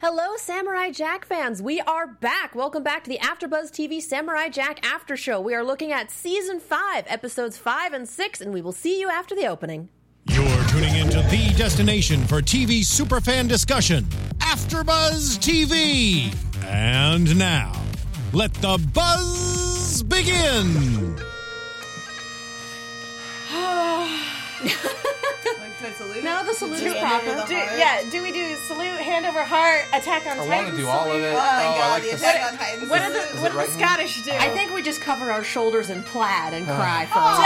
Hello, Samurai Jack fans. We are back. Welcome back to the AfterBuzz TV Samurai Jack After Show. We are looking at season five, episodes five and six, and we will see you after the opening. You're tuning into the destination for TV superfan discussion, AfterBuzz TV. And now, let the buzz begin. Now the salute is Do, proper. yeah, do we do salute, hand over heart, attack on I Titan? want to do all of it. salute? Oh, I like this. What do the, what do right the now? Scottish do? I think we just cover our shoulders in plaid and cry for a while.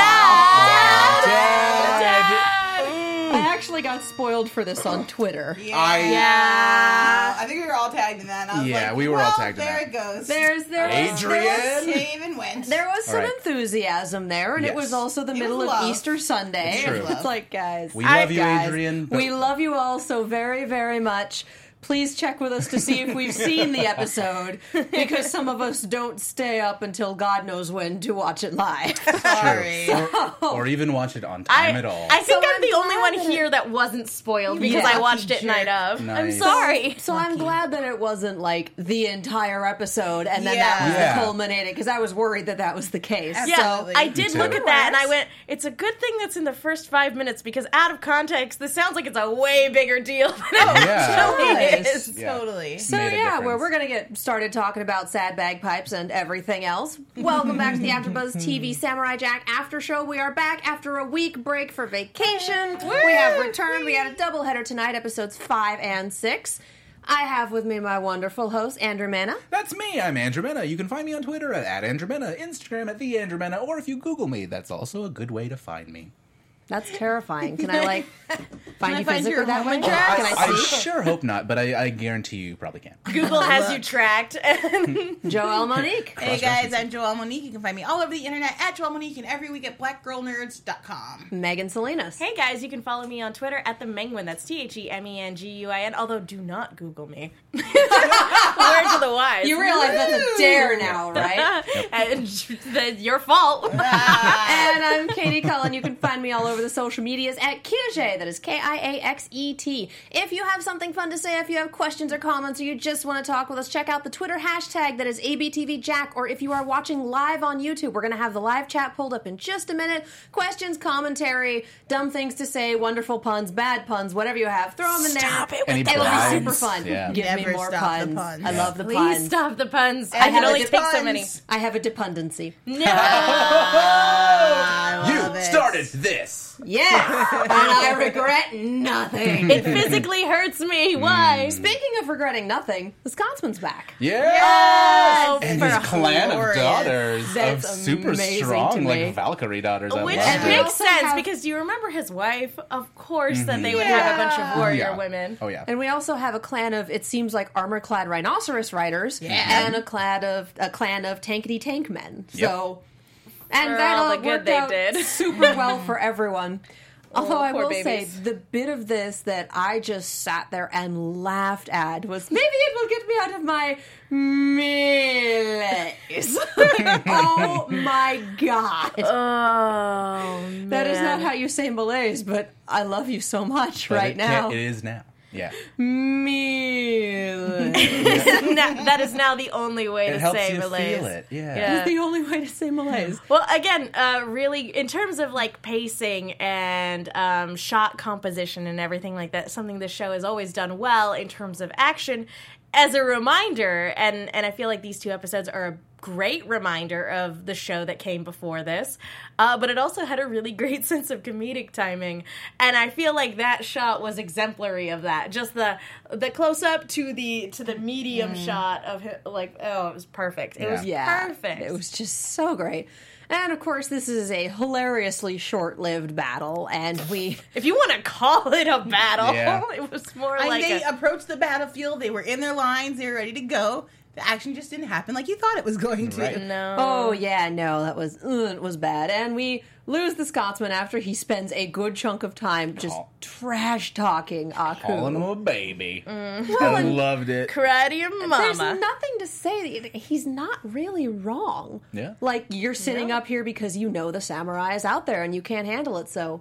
I actually got spoiled for this on Twitter. I yeah. I think we were all tagged in that. and I was Yeah, like, we were all well, tagged in there that. There it goes. There's there was, Adrian? Came and went. there was some All right. enthusiasm there, and it Yes. was also the was middle of love. Easter Sunday. It's true. And It's like, guys, We I- love you, guys, Adrian, but- We love you all so very, very much. Please check with us to see if we've seen the episode because some of us don't stay up until God knows when to watch it live. Sorry. or, or even watch it on I, time at all. I think So I'm, I'm the only glad one that here that wasn't spoiled because Yeah. I watched it night of. I'm Nice. sorry. So I'm glad that it wasn't like the entire episode and then that was Yeah. the culminating because I was worried that that was the case. Yeah, So I Me did too. look at that and I went, it's a good thing that's in the first five minutes because out of context, this sounds like it's a way bigger deal than it actually Nice. is. Yeah. Totally. So Made a yeah, where difference. we're gonna get started talking about sad bagpipes and everything else. Welcome back to the AfterBuzz TV Samurai Jack After Show. We are back after a week break for vacation. We have returned. We had a doubleheader tonight, episodes five and six. I have with me my wonderful host Andrew Mana. That's me. I'm Andrew Mena. You can find me on Twitter at, at Andrew Mena, Instagram at the Andrew Mena, or if you Google me, that's also a good way to find me. That's terrifying. Can I like find you find physically your that home way? address? Can I I see? sure hope not, but I, I guarantee you probably can. Google has you tracked. Joelle Monique. Hey guys, I'm Joelle Monique. You can find me all over the internet at Joelle Monique and every week at blackgirlnerds.com. Megan Salinas. Hey guys, you can follow me on Twitter at the Menguin. That's T H E M E N G U I N. Although, do not Google me. Words of the wise. You realize that's a dare now, right? and that's your fault. And I'm Katie Cullen. You can find me all over the social medias at Kiaxet. That is K I A X E T. If you have something fun to say, if you have questions or comments, or you just want to talk with us, check out the Twitter hashtag that is ABTVJack. Or if you are watching live on YouTube, we're going to have the live chat pulled up in just a minute. Questions, commentary, dumb things to say, wonderful puns, bad puns, whatever you have, throw them in Stop there. it with Any It'll be super puns. fun. Yeah. Give me Never more stop the puns. puns. I love the Please puns. stop the puns. I And can the only take so puns. many. I have a dependency. you it. started this. Yes, and I regret nothing. It physically hurts me. Why? Mm. Speaking of regretting nothing, the Scotsman's back. Yes! And for his a clan glorious- of daughters That's of super amazing to strong, me. like Valkyrie daughters. I Which loved they it. makes also sense have- because you remember his wife. Of course, that they would have a bunch of warrior Mm-hmm. Yeah. women. Oh yeah. And we also have a clan of it seems like armor clad rhinoceros riders and a clan of a clan of tankety tank men. So and For that all all the good worked they out did. Oh, super well for everyone. Although I poor will say babies. the bit of this that I just sat there and laughed at was maybe it will get me out of my malaise. oh my god. Oh, That is not how you say malaise, but I love you so much But right it now. can't- It is now. Yeah. Malaise. Na- that is now the only way It to helps say you malaise. feel it. Yeah. Yeah. the only way to say malaise. Well, again, uh, really, in terms of like pacing and um, shot composition and everything like that, something the show has always done well in terms of action. As a reminder, and and I feel like these two episodes are a great reminder of the show that came before this, uh, but it also had a really great sense of comedic timing, and I feel like that shot was exemplary of that. Just the the close up to the to the medium shot of hi- like oh, it was perfect. It was Yeah. perfect. It was just so great. And of course, this is a hilariously short lived battle, and we. If you want to call it a battle, Yeah. it was more And like they a, approached the battlefield. They were in their lines. They were ready to go. The action just didn't happen like you thought it was going to. Right. no. Oh, yeah, no, that was. ugh, it was bad. And we lose the Scotsman after he spends a good chunk of time just Call- trash talking Aku. Calling him a baby. I loved it. cry to your There's mama. nothing to say. that He's not really wrong. Yeah. Like, you're sitting up here because you know the samurai is out there and you can't handle it, so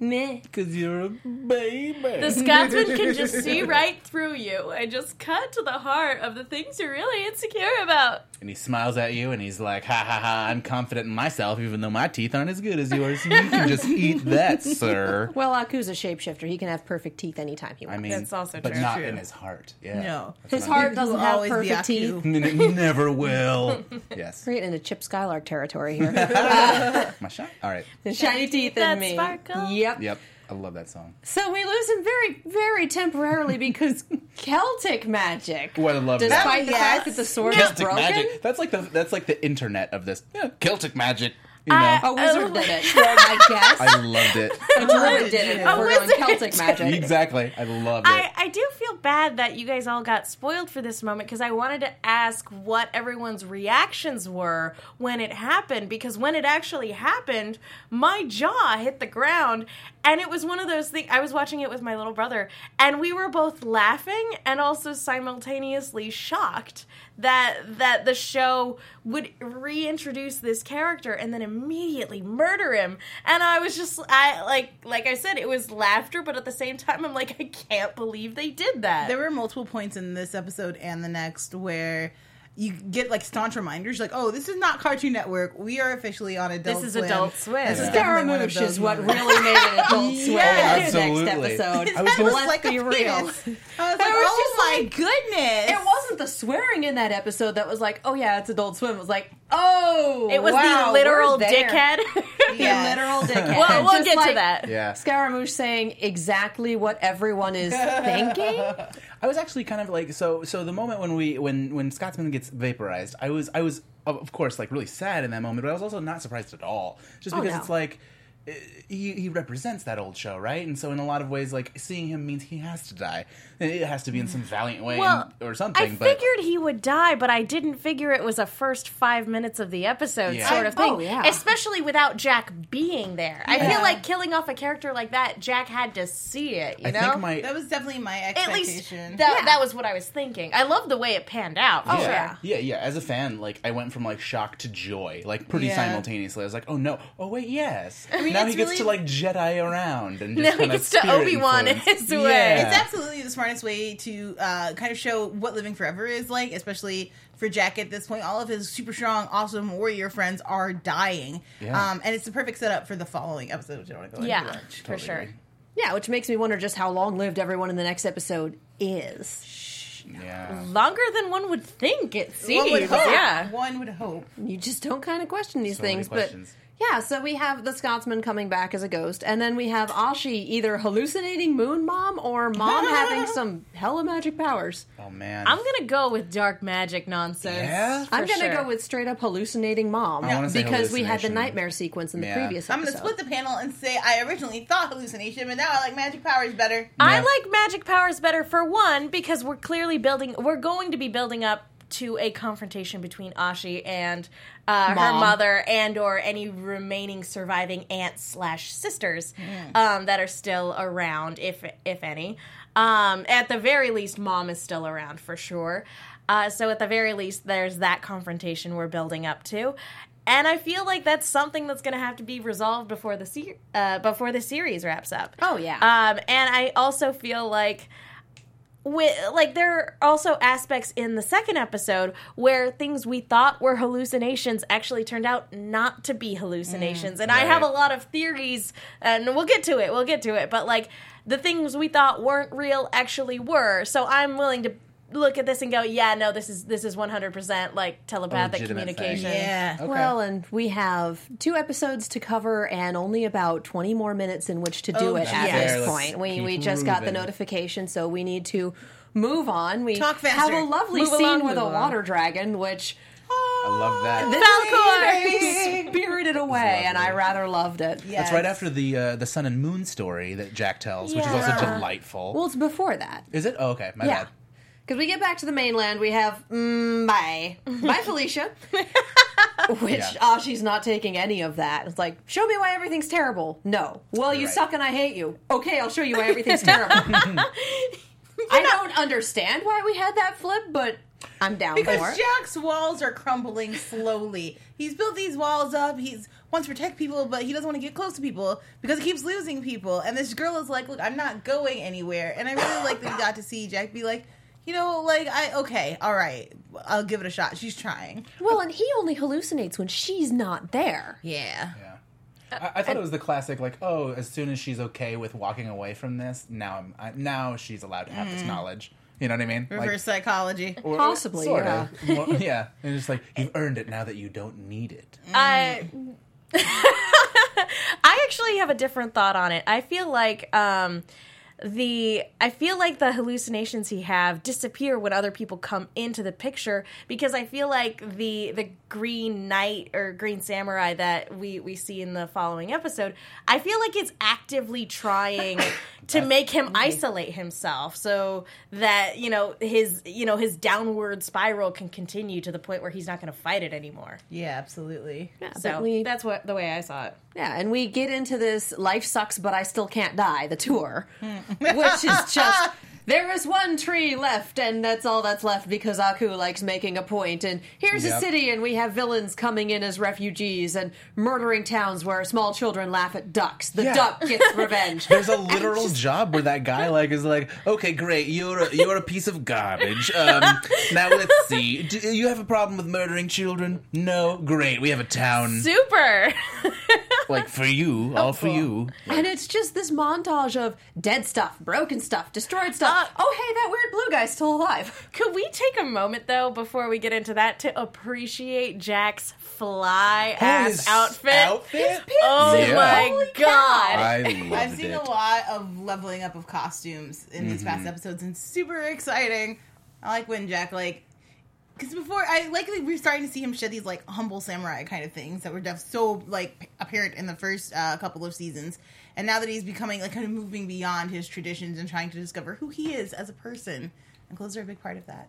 Meh. Because you're a baby. The Scotsman can just see right through you and just cut to the heart of the things you're really insecure about. and he smiles at you and he's like, ha ha ha, I'm confident in myself even though my teeth aren't as good as yours. You can just eat that, sir. Well, Aku's a shapeshifter. He can have perfect teeth anytime he I wants. mean, That's also but true. not True. in his heart. Yeah. No. His heart People doesn't will have always be perfect after teeth. you. I mean, it never will. yes. Great, into Chip Skylark territory here. My shot. All right. Shiny teeth in that me. sparkle. Yep. Yep. I love that song. So we lose him very, very temporarily because Celtic magic. Ooh, I love that. Despite the Yes. fact that the sword is Celtic broken, magic. That's like the that's like the internet of this. Yeah, Celtic magic. You know. I- a wizard Oh. did it. I guess I loved it. a druid did it. A if We're going wizard Celtic magic. exactly. I loved it. I, I do feel bad that you guys all got spoiled for this moment because I wanted to ask what everyone's reactions were when it happened. Because when it actually happened, my jaw hit the ground, and it was one of those things. I was watching it with my little brother, and we were both laughing and also simultaneously shocked that that the show would reintroduce this character and then immediately murder him. And I was just I like like I said, it was laughter, but at the same time I'm like, I can't believe they did that. There were multiple points in this episode and the next where you get like staunch reminders, like, "Oh, this is not Cartoon Network. We are officially on Adult is Swim." Adult Swim. This is Yeah. Sarah definitely one of Moosh those is what moments. really made it adult swim Yes. next Absolutely. episode. I was That was Let's like be a real. penis. I was like, There was "Oh just, my like- goodness!" It wasn't the swearing in that episode that was like, oh yeah, it's Adult Swim. It was like, oh, it was wow, the we're literal there. dickhead. The Yes. literal dickhead. Well, we'll Just get to like that. yeah. Scaramouche saying exactly what everyone is thinking. I was actually kind of like so so the moment when we when when Scotsman gets vaporized, I was I was of of course like really sad in that moment, but I was also not surprised at all. Just Oh, because no. it's like eh, he, he represents that old show, right? And so in a lot of ways like seeing him means he has to die. It has to be in some valiant way Well, or something, I but figured he would die, but I didn't figure it was a first five minutes of the episode Yeah. sort of I- thing. oh, yeah. Especially without Jack being there. I Yeah. feel like killing off a character like that, Jack had to see it, you I know? think my That was definitely my At expectation. least that, that was what I was thinking. I love the way it panned out. for Oh, sure. yeah. Yeah, yeah. As a fan, like I went from like shock to joy, like pretty Yeah. simultaneously. I was like, oh no, oh wait, yes. mean, now it's he gets to really- like Jedi around and Now just he kind of gets to spirit Obi-Wan in influence. his way. Yeah. It's absolutely the smartest way to uh, kind of show what living forever is like, especially for Jack at this point. All of his super strong, awesome warrior friends are dying. Yeah. Um, and it's the perfect setup for the following episode, which I want to go into. Yeah, that. for sure. Yeah, which makes me wonder just how long lived everyone in the next episode is. Yeah. Longer than one would think, it seems. One would hope. Yeah. One would hope. You just don't kind of question these So many things, but questions. yeah. So we have the Scotsman coming back as a ghost, and then we have Ashi either hallucinating Moon Mom or Mom having some hella magic powers. Oh man. I'm going to go with dark magic nonsense. Yeah? for I'm gonna sure. go with straight up hallucinating Mom I wanna say because we had the hallucination. nightmare sequence in the Yeah. previous. I'm going episode. to split the panel and say I originally thought hallucination, but now I like magic powers better. I Yeah. like magic powers better for one because we're clearly building. We're going to be building up to a confrontation between Ashi and uh, her Mom. mother and or any remaining surviving aunts slash sisters Mm. um, that are still around, if if any. Um, at the very least, mom is still around for sure. Uh, so at the very least, there's that confrontation we're building up to. And I feel like that's something that's going to have to be resolved before the se- uh, before the series wraps up. Oh, yeah. Um, and I also feel like with like there are also aspects in the second episode where things we thought were hallucinations actually turned out not to be hallucinations and i have a Mm, Right. lot of theories and we'll get to it we'll get to it but like the things we thought weren't real actually were so i'm willing to look at this and go yeah no this is this is 100% like telepathic legitimate thing. communication Yeah. Okay. Well, and we have two episodes to cover and only about 20 more minutes in which to do Oh, it at yes. this Let's point. We, keep we just got the moving. notification, so we need to move on. We Talk faster. have a lovely Move scene along, with a move along. water dragon, which I love Oh, that. Falcor! this is spirited away, and I rather loved it. Yeah. That's right after the uh, the sun and moon story that Jack tells, which is also Yeah. delightful. Well, it's before that. is it? Oh, okay. My Yeah. bad. Because we get back to the mainland, we have mm, bye. Bye, Felicia. Which Yeah. ah, she's not taking any of that. It's like, show me why everything's terrible. No. Well, you Right. suck and I hate you. Okay, I'll show you why everything's terrible. I don't understand why we had that flip, but I'm down for Because it. Jack's walls are crumbling slowly. He's built these walls up. He's wants to protect people, but he doesn't want to get close to people because he keeps losing people. And this girl is like, "Look, I'm not going anywhere." And I really like that we got to see Jack be like, "You know, like I okay, all right, I'll give it a shot." She's trying. Well, and he only hallucinates when she's not there. Yeah. Yeah. I, I thought it was the classic, like, oh, as soon as she's okay with walking away from this, now I'm I, now she's allowed to have this knowledge. You know what I mean? Like, Reverse psychology. or- or Possibly, sorta. More- yeah. And it's like you've earned it now that you don't need it. I I actually have a different thought on it. I feel like um, the I feel like the hallucinations he have disappear when other people come into the picture because I feel like the the Green Knight or Green Samurai that we we see in the following episode. I feel like it's actively trying to make him isolate himself so that you know his you know his downward spiral can continue to the point where he's not going to fight it anymore. Yeah, absolutely. Yeah, So but we, that's what the way I saw it. yeah, and we get into this life sucks, but I still can't die, the tour, Hmm. which is just. There is one tree left, and that's all that's left because Aku likes making a point. And here's a Yep. city, and we have villains coming in as refugees and murdering towns where small children laugh at ducks. The Yeah. duck gets revenge. There's a literal job where that guy like is like, okay, great, you're a, you're a piece of garbage. Um, now let's see, do you have a problem with murdering children? No, great, we have a town Super. like for you, all for you. And it's just this montage of dead stuff, broken stuff, destroyed stuff. Uh, oh, hey, that weird blue guy's still alive. Could we take a moment though before we get into that to appreciate Jack's fly ass His outfit? outfit? Oh Yeah. my Holy cow. god. I loved I've seen it. a lot of leveling up of costumes in these past episodes, and it's super exciting. I like when Jack like because before I like that we're starting to see him shed these like humble samurai kind of things that were def- so like apparent in the first uh, couple of seasons, and now that he's becoming like kind of moving beyond his traditions and trying to discover who he is as a person, and clothes are a big part of that.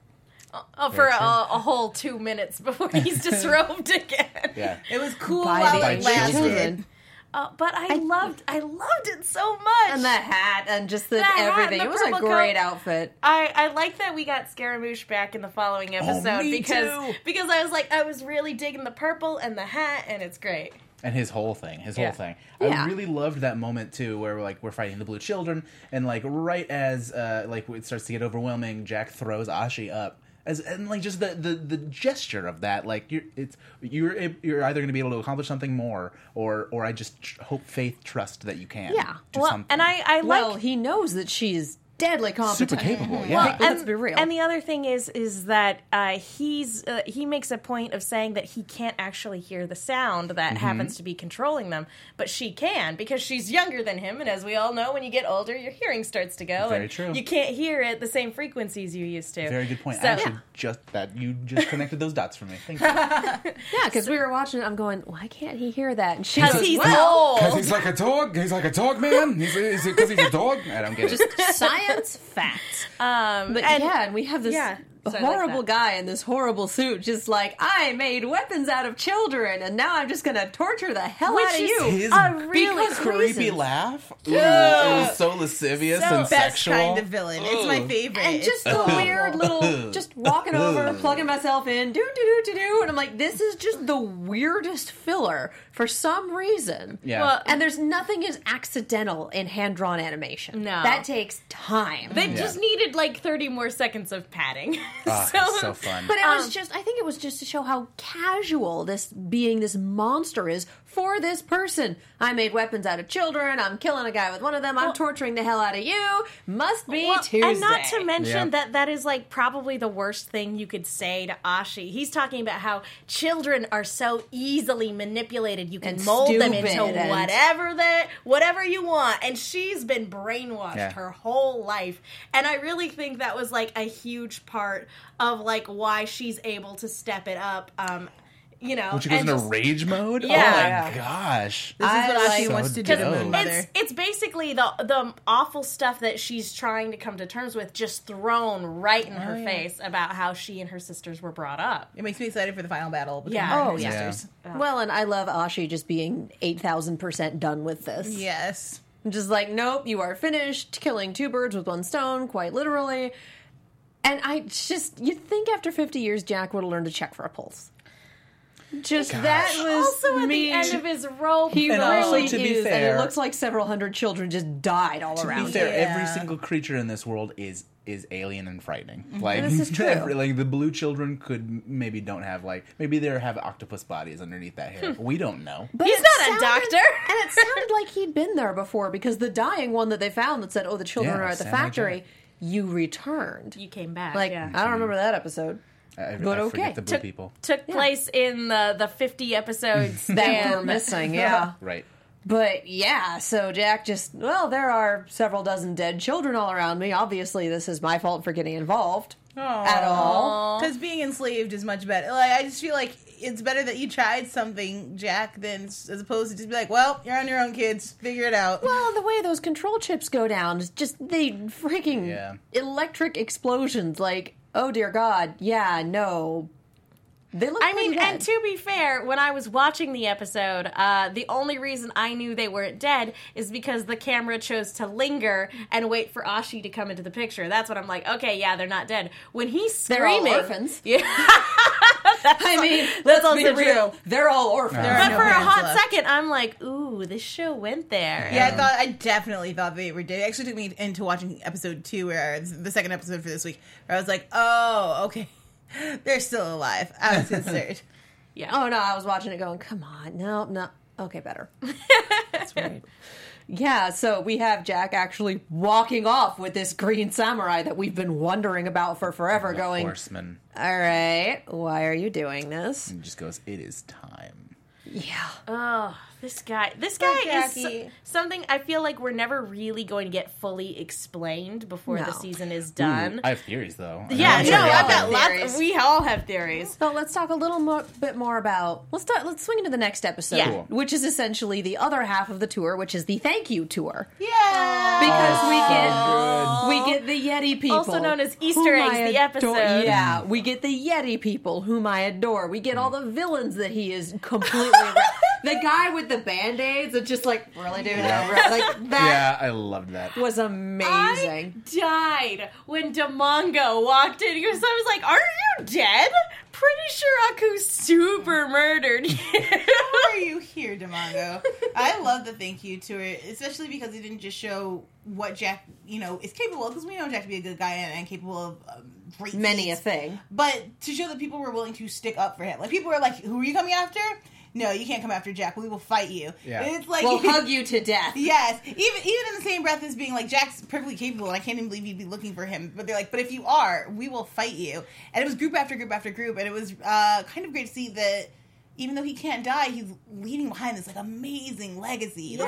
Oh, for a, a whole two minutes before he's disrobed again. Yeah. It was cool By while the it children. lasted. Uh, but I, loved, I loved it so much. And the hat and just the, The hat and everything. the it was a purple great coat. outfit. I, I like that we got Scaramouche back in the following episode Oh, me because too. because I was like I was really digging the purple and the hat and it's great. and his whole thing, his Yeah. whole thing. Yeah. I really loved that moment too, where like we're fighting the blue children, and like right as uh, like it starts to get overwhelming, Jack throws Ashi up. As, and like just the, the, the gesture of that, like you're it's you're ab- you're either going to be able to accomplish something more, or or I just tr- hope, faith, trust that you can. Yeah. do Well, something. and I I like well, he knows that she's deadly competent. super capable. Yeah, Well, Let's be real. And the other thing is, is that uh, he's uh, he makes a point of saying that he can't actually hear the sound that Mm-hmm. happens to be controlling them, but she can because she's younger than him. And as we all know, when you get older, your hearing starts to go, Very and true. you can't hear it the same frequencies you used to. very good point. So- I actually just that you just connected those dots for me. Thank you. yeah, because we were watching it. I'm going, why can't he hear that? And she because goes, he's well, Because old. he's like a dog. He's like a dog, man. He's, is it because he's a dog? I don't get it. just science facts. Um, But and- yeah, and we have this yeah, so I like horrible that. guy in this horrible suit, just like I made weapons out of children, and now I'm just going to torture the hell Which out of is you. his a really because creepy reasons. laugh. Ooh, it was so lascivious So- and Best Best sexual. kind of villain. It's my favorite. And It's just so the weird awful. little, just walking over, plugging myself in, do do do do do, and I'm like, this is just the weirdest filler for some reason. Yeah. Well, And there's nothing is accidental in hand drawn animation. No. that takes time. they just needed like thirty more seconds of padding. Ah, it's so fun. but it um, was just, I think it was just to show how casual this being this monster is for this person. I made weapons out of children. I'm killing a guy with one of them. I'm torturing the hell out of you. Must be Well, Tuesday. And not to mention Yeah. that that is like probably the worst thing you could say to Ashi. He's talking about how children are so easily manipulated. You can And mold them stupid into and- whatever that whatever you want. And she's been brainwashed Yeah. her whole life. And I really think that was like a huge part of like why she's able to step it up. Um, you know, When she goes and into just- rage mode? Yeah. Oh my gosh. This is I what Ashi like- wants to do to So the dope. mother. It's it's basically the the awful stuff that she's trying to come to terms with, just thrown right Oh, in her face about how she and her sisters were brought up. It makes me excited for the final battle. between Yeah. her and Oh, her yeah. sisters. Well, and I love Ashi just being 8,000% done with this. Yes. Just like, nope, you are finished, killing two birds with one stone, quite literally. And I just, you'd think after 50 years, Jack would have learned to check for a pulse. Just that was Also, at me. the end of his rope, he And also, really to be is, and fair- it looks like several hundred children just died all To around. be fair, him. every Yeah. single creature in this world is is alien and frightening. Like This is true. every- like the blue children could maybe don't have like maybe they have octopus bodies underneath that hair. we don't know. But He's it not a doctor. and it sounded like he'd been there before because the dying one that they found that said, "Oh, the children Yeah, are at the sounded like factory," that. you returned. you came back. like yeah. I don't remember that episode. I, But I okay. forget the blue took, people. took place in the the 50 episodes That we're span. missing, yeah. Right. But yeah, so Jack just well, there are several dozen dead children all around me. Obviously, this is my fault for getting involved at all. Because being enslaved is much better. Like I just feel like it's better that you tried something, Jack, than as opposed to just be like, "Well, you're on your own, kids. Figure it out." Well, the way those control chips go down is just the freaking Yeah. electric explosions. Like, oh dear God, yeah, no. They look. I mean, pretty and dead. to be fair, when I was watching the episode, uh, the only reason I knew they weren't dead is because the camera chose to linger and wait for Ashi to come into the picture. That's what I'm like, okay, yeah, they're not dead. When he's They're all screaming, orphans. Yeah, I mean, That's let's also be real. true. They're all orphans. There but are no for a hands hot left. second, I'm like, ooh, this show went there. Yeah, I thought I definitely thought they were dead. It actually took me into watching episode two, where the second episode for this week, where I was like, "Oh, okay, they're still alive." I was concerned. Oh no, I was watching it going, come on, no, no. Okay, better. That's weird. Yeah, so we have Jack actually walking off with this green samurai that we've been wondering about for forever, The going, horseman all right, why are you doing this? just goes, It is time. Yeah. Oh, this guy, this guy is Jackie. so- something I feel like we're never really going to get fully explained before No. Mm. the season is done. I have theories though. yeah, I'm no, sure we all I've have got theories. lots. We all have theories. So let's talk a little more, bit more about. Let's talk, let's swing into the next episode, Yeah. Cool. which is essentially the other half of the tour, which is the thank you tour, Yeah. because good. we get we get the Yeti people, Also known as Easter whom eggs, I the adore- episode. Yeah, we get the Yeti people, whom I adore. We get all the villains that he is completely. ra- the guy with the band aids, it's just like really dude, Yeah. Right? like that Yeah, I loved that. was amazing. I died when Damongo walked in because I was like, "Are you dead?" Pretty sure Aku super murdered you. Why are you here, Demongo? I love the thank you to it, especially because it didn't just show what Jack, you know, is capable of. Because we know Jack to be a good guy and, and capable of um, great Many a deeds. thing. But to show that people were willing to stick up for him, like people were like, "Who are you coming after? No, you can't come after Jack. We will fight you." Yeah. And it's like We'll hug you to death. Yes, even even in the same breath as being like Jack's perfectly capable, and I can't even believe you'd be looking for him. But they're like, but if you are, we will fight you. And it was group after group after group, and it was uh, kind of great to see that even though he can't die, he's leaving behind this like amazing legacy.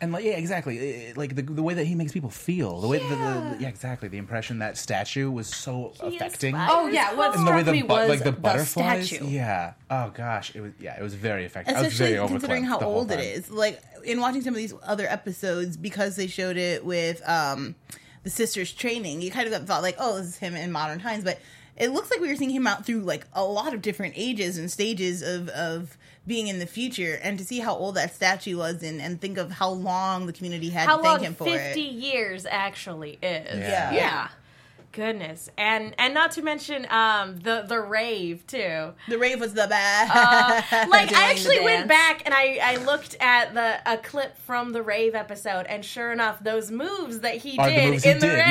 And like, yeah, exactly. It- it- like the, the way that he makes people feel, the way yeah. The, the, yeah, exactly. The impression that statue was so affecting. inspired- Oh yeah, what And the struck way the me bu- was like the butterflies. statue. Yeah. Oh gosh, it was. Yeah, it was very effective. I was especially very considering overwhelmed how the whole old it time. is. Like in watching some of these other episodes, because they showed it with um, the sisters training, you kind of got thought like, oh, this is him in modern times, but. It looks like we were seeing him out through like a lot of different ages and stages of, of being in the future, and to see how old that statue was, and, and think of how long the community had How to thank long him for fifty it. years actually is? Yeah. Yeah. Goodness, and and not to mention um the the rave too. The rave was the best. Uh, like doing I the actually went dance. back and I, I looked at the a clip from the rave episode, and sure enough, those moves that he Are the did moves he in the did, rave,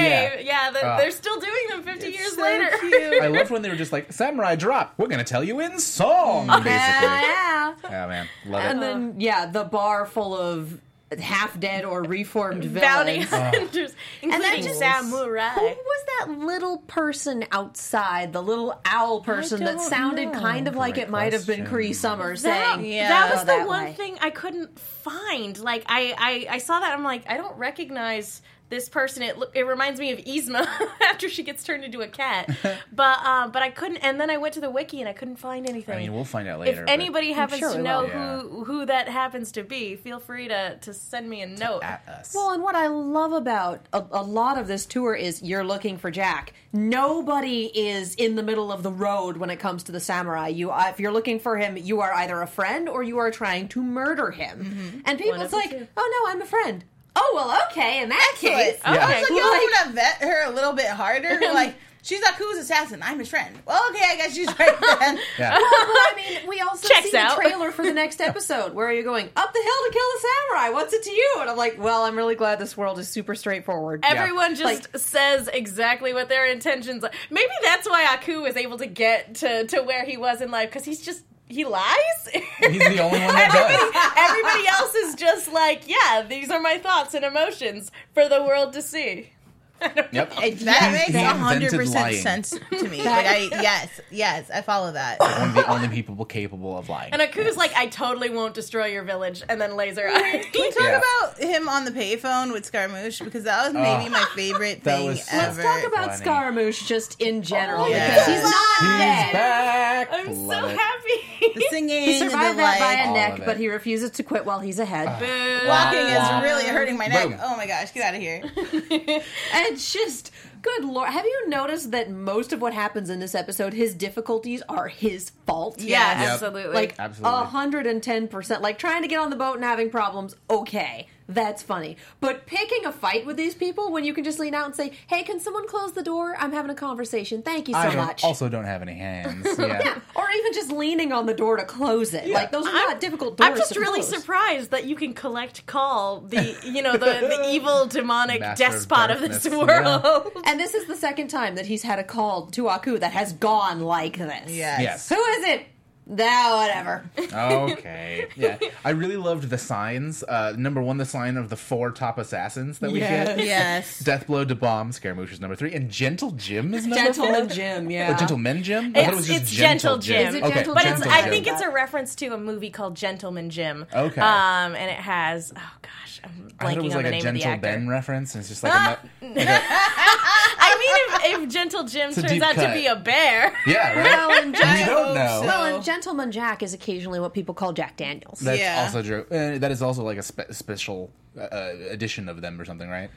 yeah. yeah, the, Ah. they're still doing them fifty years so later. cute. I loved when they were just like samurai drop. We're gonna tell you in song, basically. yeah, yeah. man, love it. And then Mm, yeah, the bar full of half dead or reformed Bounty villains. hunters, including just- Who samurai. was that little person outside? The little owl person that don't sounded know. kind of like Great it might have been question. Cree Summer That, saying, Yeah. that Go was the Oh, that one way. thing I couldn't find. Like I, I, I saw that I'm like I don't recognize this person. It lo- it reminds me of Yzma after she gets turned into a cat. but um, but I couldn't. And then I went to the wiki and I couldn't find anything. I mean, we'll find out if later. but- anybody happens sure to we know will. who who that happens to be, feel free to to send me a note. at us. Well, and what I love about a, a lot of this tour is you're looking for Jack. Nobody is in the middle of the road when it comes to the samurai. You, uh, if you're looking for him, you are either a friend or you are trying to murder him. And of people's the like, two. "Oh no, I'm a friend." Oh well, okay. In that Excellent. case, I Yeah. was like, Okay, y'all cool. would have vet her a little bit harder. Like, she's Aku's assassin. I'm his friend. Well, okay, I guess she's right then. Yeah. I mean, we also Checks see out. the trailer for the next episode. Where are you going? Up the hill to kill the samurai. What's it to you? And I'm like, well, I'm really glad this world is super straightforward. Everyone just says exactly what their intentions are. Maybe that's why Aku was able to get to, to where he was in life because he's just he lies. He's the only one that Everybody else is just like, yeah, these are my thoughts and emotions for the world to see. does. That Yep. He- makes he a invented hundred percent lying. sense to me. Like I yes, yes, I follow that. One of the only people capable of lying. And Aku's like, I totally won't destroy your village, and then laser eye. Talk Yeah. about him on the payphone with Scaramouche because that was maybe Oh, my favorite that thing was so- ever. Let's talk about funny. Scaramouche just in general Oh, yeah. because he's not He's dead. Back. I'm Love so it. happy. the singing, He the survived that by like, a All neck, of but it. he refuses to quit while he's ahead. walking Wow. is really hurting my neck. Boom. Oh my gosh, get out of here! And it's just, good lord. Have you noticed that most of what happens in this episode, his difficulties are his fault? Yeah, Yep. absolutely. Like Absolutely. hundred and ten percent. Like trying to get on the boat and having problems. Okay, that's funny. But picking a fight with these people when you can just lean out and say, "Hey, can someone close the door? I'm having a conversation. Thank you so I don't- much." also don't have any hands. yeah, Yeah. or even just leaning on the door to close it. Like those are not difficult doors. I'm just to really close. surprised that you can collect call the you know the, the evil demonic Master of despot of, this darkness, world. And this is the second time that he's had a call to Aku that has gone like this. Yes. Yes. Who is it? Nah, whatever. Okay. Yeah. I really loved the signs. Uh, number one, the sign of the four top assassins that we get. Yes. Death blow to bomb. Scaramouche is number three, and gentle Jim is number four. Gentleman Jim, yeah. Or gentleman Jim. I thought It's- it was just it's gentle Gentle Jim. Is it Okay, Gentle But Gentle it's, I Jim. think it's a reference to a movie called Gentleman Jim. Okay. Um, and it has oh gosh, I'm I thought it blanking was like on the a name of the gentle actor. Ben reference. And it's just like a no- like a- I mean, if, if Gentle Jim a turns deep out to cut. be a bear, yeah. Right? well, and Gen- I don't hope know. so. well, and Gentleman Jack is occasionally what people call Jack Daniels. That's Yeah. also true. Uh, that is also like a spe- special uh, uh, edition of them or something, right?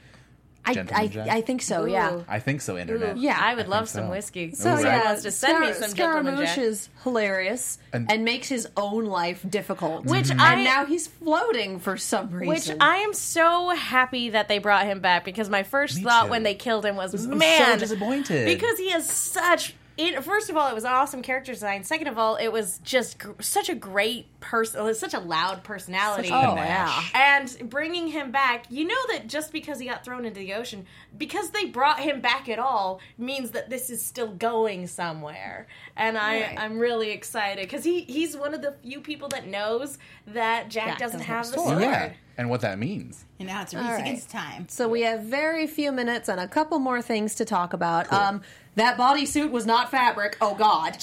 I, Gentleman I, Jack. I think so, yeah. Ooh. I think so. Internet. Yeah. I would love so. some whiskey. So Someone yeah, wants to send me Scar- some Gentleman Scaramouche Jack. is hilarious and, And- makes his own life difficult. Which and I- now he's floating for some Which reason. I am so happy that they brought him back because my first Me thought too. when they killed him was, I'm so man, disappointed." because he has such. It, first of all, it was an awesome character design. Second of all, it was just gr- such a great person, such a loud personality. oh yeah. Panache. And bringing him back, you know that just because he got thrown into the ocean, because they brought him back at all, means that this is still going somewhere. And I, Right. I'm really excited because he, he's one of the few people that knows that Jack, Jack doesn't, doesn't have have, a the sword. sword. Yeah. And what that means. And now it's a race All right. against time. So we have very few minutes and a couple more things to talk about. Um, that bodysuit was not fabric. Oh God!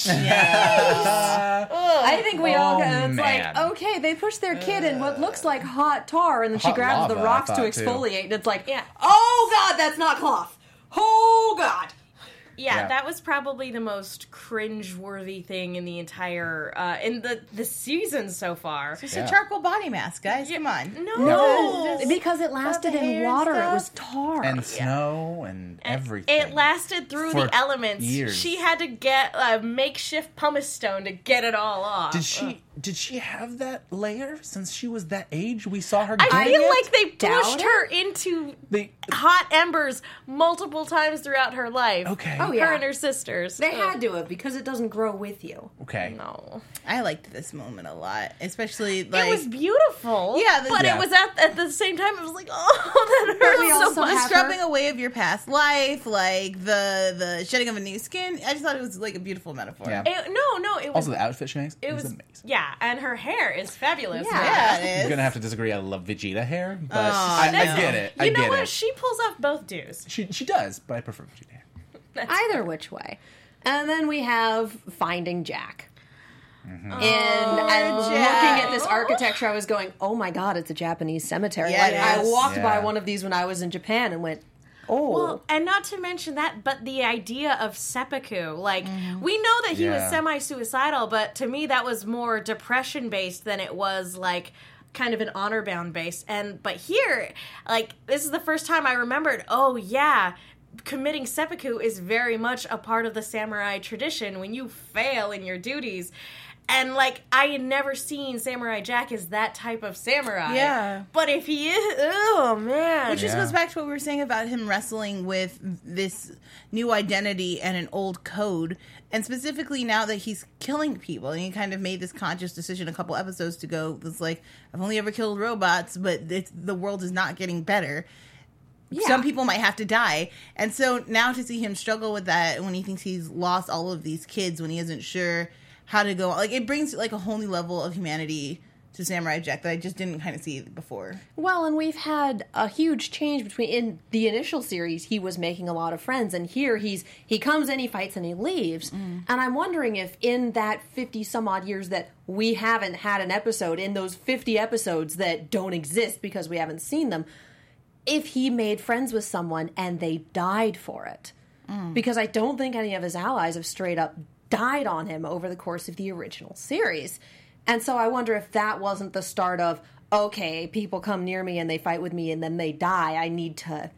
I think we all. Oh, It's man. like okay, they push their kid in what looks like hot tar, and then she Hot grabs the lava, I rocks to thought, too. exfoliate, and it's like, Yeah. oh God, that's not cloth. Oh God! Yeah, Yeah. that was probably the most cringe-worthy thing in the entire uh, in the the season so far. It's Yeah. a charcoal body mask, guys. Come on. No, Ooh, because it lasted the in hair and water, it stuff? was tar. And snow and everything. It lasted through For the elements. years. She had to get a makeshift pumice stone to get it all off. Did she did she have that layer since she was that age? We saw her. I getting feel it? like they Doubt pushed it? her into They- hot embers multiple times throughout her life. Okay. Oh, Her yeah. and her sisters. they Ugh. had to have because it doesn't grow with you. Okay. No. I liked this moment a lot, especially like it was beautiful. Yeah, the- but Yeah. it was at, at the same time. It was like, oh, that hurts we so also much. the have her- scrubbing away of your past life, like the the shedding of a new skin. I just thought it was like a beautiful metaphor. Yeah. It- no, no, it was. Also, the outfit she makes it is was amazing. yeah, and her hair is fabulous. Yeah. Yeah, I'm it gonna is. have to disagree. I love Vegeta hair, but I, I no. get it. I You know get what? it. She pulls off both dues. She she does, but I prefer Vegeta hair. either which way. And then we have Finding Jack. Mm-hmm. And I'm looking at this architecture, I was going, "Oh my god, it's a Japanese cemetery!" Yeah, like it I is. walked by Yeah. one of these when I was in Japan and went, "Oh, Well, and not to mention that, but the idea of seppuku, like Mm-hmm. we know that he was Yeah. semi-suicidal, but to me that was more depression-based than it was like kind of an honor-bound based. And but here, like this is the first time I remembered. Oh yeah. Committing seppuku is very much a part of the samurai tradition when you fail in your duties. And like I had never seen Samurai Jack as that type of samurai. Yeah. But if he is, oh man, Which just Yeah. goes back to what we were saying about him wrestling with this new identity and an old code, and specifically now that he's killing people, and he kind of made this conscious decision a couple episodes to go. It's like I've only ever killed robots, but it's, the world is not getting better. Some people might have to die, and so now to see him struggle with that when he thinks he's lost all of these kids, when he isn't sure how to go, like it brings like a whole new level of humanity to Samurai Jack that I just didn't kind of see before. Well, and we've had a huge change between in the initial series he was making a lot of friends and here he's he comes in, he fights and he leaves. And I'm wondering if in that 50 some odd years that we haven't had an episode in those 50 episodes that don't exist because we haven't seen them, if he made friends with someone and they died for it. Mm. Because I don't think any of his allies have straight up died on him over the course of the original series. And so I wonder if that wasn't the start of, okay, people come near me and they fight with me and then they die. I need to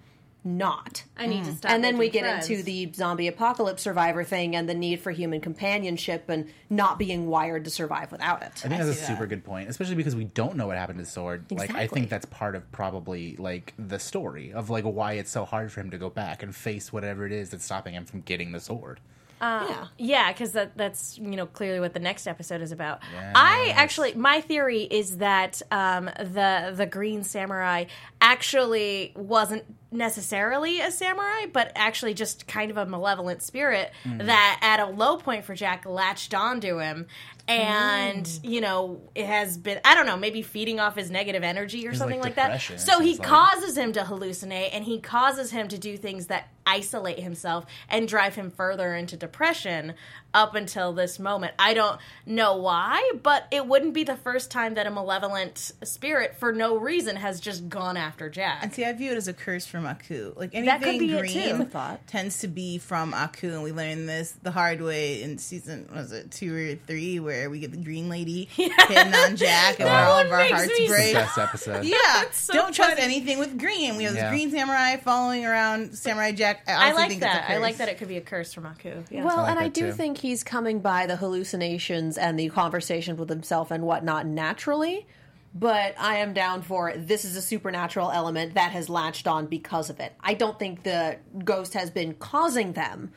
not. I need to stop. and then we making get friends. into the zombie apocalypse survivor thing and the need for human companionship and not being wired to survive without it. I think that's a see super good point, especially because we don't know what happened to Sword. Like I Exactly. think that's part of probably like the story of like why it's so hard for him to go back and face whatever it is that's stopping him from getting the sword. yeah. Yeah, because that, that's you know clearly what the next episode is about. I actually, my theory is that um, the the Green Samurai actually wasn't necessarily a samurai, but actually just kind of a malevolent spirit that at a low point for Jack latched onto him. And you know it has been I don't know maybe feeding off his negative energy or It's like something like, depression. that. So he It's like- causes him to hallucinate and he causes him to do things that isolate himself and drive him further into depression up until this moment. I don't know why, but it wouldn't be the first time that a malevolent spirit for no reason has just gone after Jack. See, I view it as a curse from Aku. Like anything That could be it, too. green Good thought. tends to be from Aku, and we learned this the hard way in season what was it two or three, where we get the green lady hitting on Jack, and That where all one of our makes hearts me break. Best episode. Yeah, so don't trust funny. anything with green. We have Yeah. this green samurai following around Samurai Jack. I, I also like think it's a that. I like curse. that it could be a curse from Aku. Yeah. Well, like and I that, do too. think he's coming by the hallucinations and the conversations with himself and whatnot naturally. But I am down for it. This is a supernatural element that has latched on because of it. I don't think the ghost has been causing them,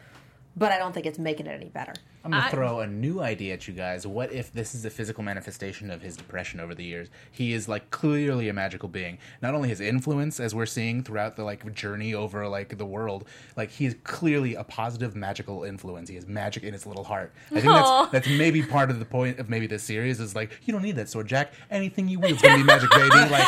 but I don't think it's making it any better. I'm gonna I- throw a new idea at you guys. What if this is a physical manifestation of his depression over the years? He is like clearly a magical being. Not only his influence, as we're seeing throughout the like journey over like the world, like he is clearly a positive magical influence. He has magic in his little heart. I think Aw. that's that's maybe part of the point of maybe this series is like you don't need that sword, Jack. Anything you wield's gonna be magic, baby. Like,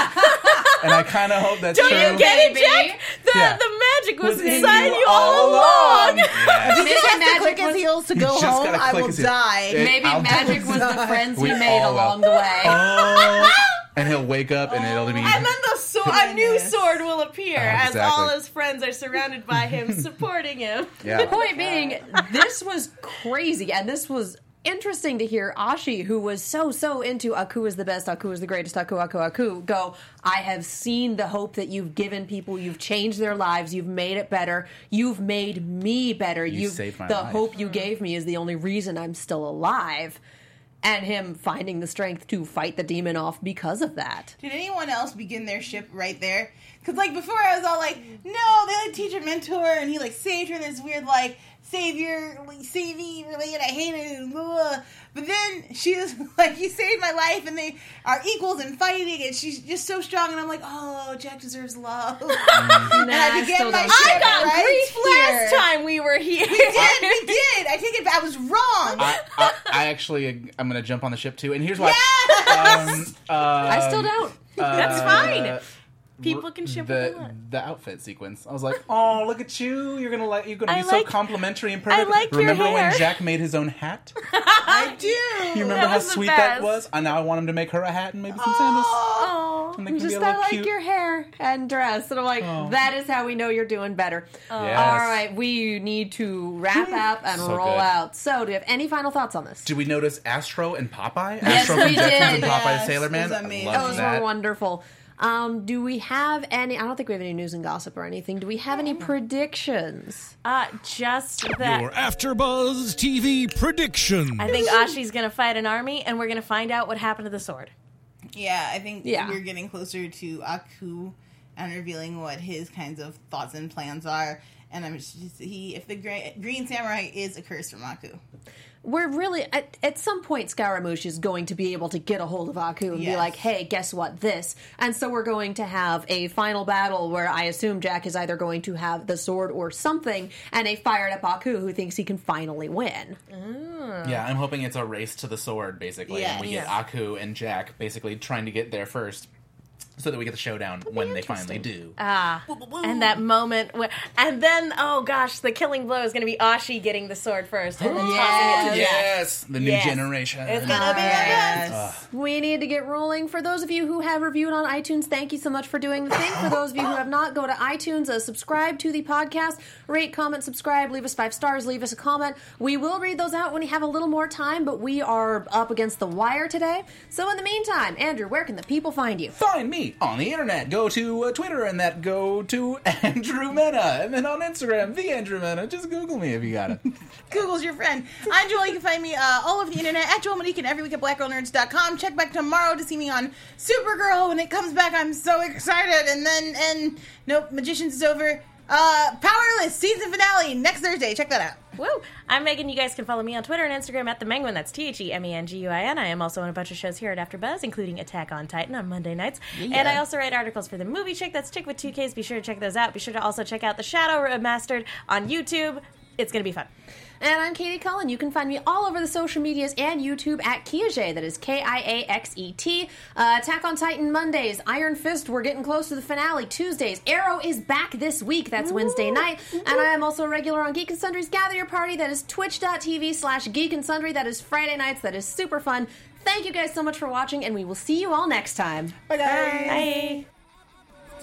and I kind of hope that's Don't true. you get it, Jack? The, Yeah. the magic was inside you all along. Yeah. If Maybe he has to magic click his was- heels to You go just gotta home, I click will his- die. It- Maybe I'll- magic was the friends he We made all will. along the way. Oh. And he'll wake up and it'll be And then the sword, a new Goodness. sword will appear as exactly. all his friends are surrounded by him, supporting him. The point being, this was crazy, and this was interesting to hear Ashi, who was so so into Aku is the best, Aku is the greatest, Aku Aku Aku, go. I have seen the hope that you've given people. You've changed their lives. You've made it better. You've made me better. You You've- saved my the life." Mm-hmm. hope you gave me is the only reason I'm still alive. And him finding the strength to fight the demon off because of that. Did anyone else begin their ship right there? Because like before, I was all like, "No, they like teacher mentor," and he like saved her in this weird like savior, like, saving related. I hate it. and blah, blah. But then she was like, "You saved my life," and they are equals in fighting, and she's just so strong. And I'm like, "Oh, Jack deserves love." and I began still my don't. ship I I got right grief last here. time we were here. Did we did? I take it back. I was wrong. I, I, I actually I'm gonna jump on the ship too, and here's why. Um, I still don't. That's uh, fine. People can ship what they the want. the outfit sequence. I was like, oh, look at you! You're gonna like you're gonna I be like- so complimentary and perfect. like your remember hair. when Jack made his own hat? I do. You remember That how was the sweet best. that was? And now I want him to make her a hat and maybe some sandals. Oh, And they can be Just a I little like cute. Oh. your hair and dress. And I'm like, that is how we know you're doing better. Yes. All right, we need to wrap up and So roll good. out. So, do you have any final thoughts on this? Did we notice Astro and Popeye? Yes, Astro from we Jetsons did. and Popeye the Yes, Sailor it Man. was I amazing. loved Those that. were wonderful. Um, do we have any? I don't think we have any news and gossip or anything. Do we have any predictions? Uh, just that. Your AfterBuzz TV prediction. I think Ashi's gonna fight an army, and we're gonna find out what happened to the sword. Yeah, I think Yeah. we're getting closer to Aku and revealing what his kinds of thoughts and plans are. And I'm just, he if the gray, green samurai is a curse from Aku. We're really at, at some point Scaramouche is going to be able to get a hold of Aku and be Yes. like, "Hey, guess what? This." And so we're going to have a final battle where I assume Jack is either going to have the sword or something, and a fired up Aku who thinks he can finally win. Yeah, I'm hoping it's a race to the sword, basically. and we Yes. get Aku and Jack basically trying to get there first so that we get the showdown when they finally do. And that moment, where, and then oh gosh, the killing blow is gonna be Ashi getting the sword first, and then tossing it to yes! The new Oh, Yes. generation. It's gonna be Ah. We need to get rolling. For those of you who have reviewed on iTunes, thank you so much for doing the thing. For those of you who have not, go to iTunes, uh, subscribe to the podcast, rate, comment, subscribe, leave us five stars, leave us a comment. We will read those out when we have a little more time, but we are up against the wire today. So in the meantime, Andrew, where can the people find you? Find me on the internet. Go to uh, Twitter and that go to Andrew Mena. And then on Instagram, the Andrew Mena. Just Google me if you got it. Google's your friend. I'm Joel. You can find me uh, all over the internet at Joel Monique and every week at blackgirlnerds.com. Check back tomorrow to see me on Supergirl when it comes back. I'm so excited. And then, and nope, Magicians is over. Uh, Powerless season finale next Thursday. Check that out. Woo! I'm Megan. You guys can follow me on Twitter and Instagram at the Menguin. That's T H E M E N G U I N. I am also on a bunch of shows here at AfterBuzz, including Attack on Titan on Monday nights, and I also write articles for the Movie Chick. That's Chick with two Ks. Be sure to check those out. Be sure to also check out the Shadow Remastered on YouTube. It's gonna be fun. And I'm Katie Cullen. You can find me all over the social medias and YouTube at Kiaxet. That is K I A X E T. Uh, Attack on Titan Mondays, Iron Fist. We're getting close to the finale. Tuesdays, Arrow is back this week. That's Wednesday night. And I am also a regular on Geek and Sundry's Gather Your Party. That is twitch.tv slash Geek and Sundry. That is Friday nights. That is super fun. Thank you guys so much for watching, and we will see you all next time. Bye, guys. Bye.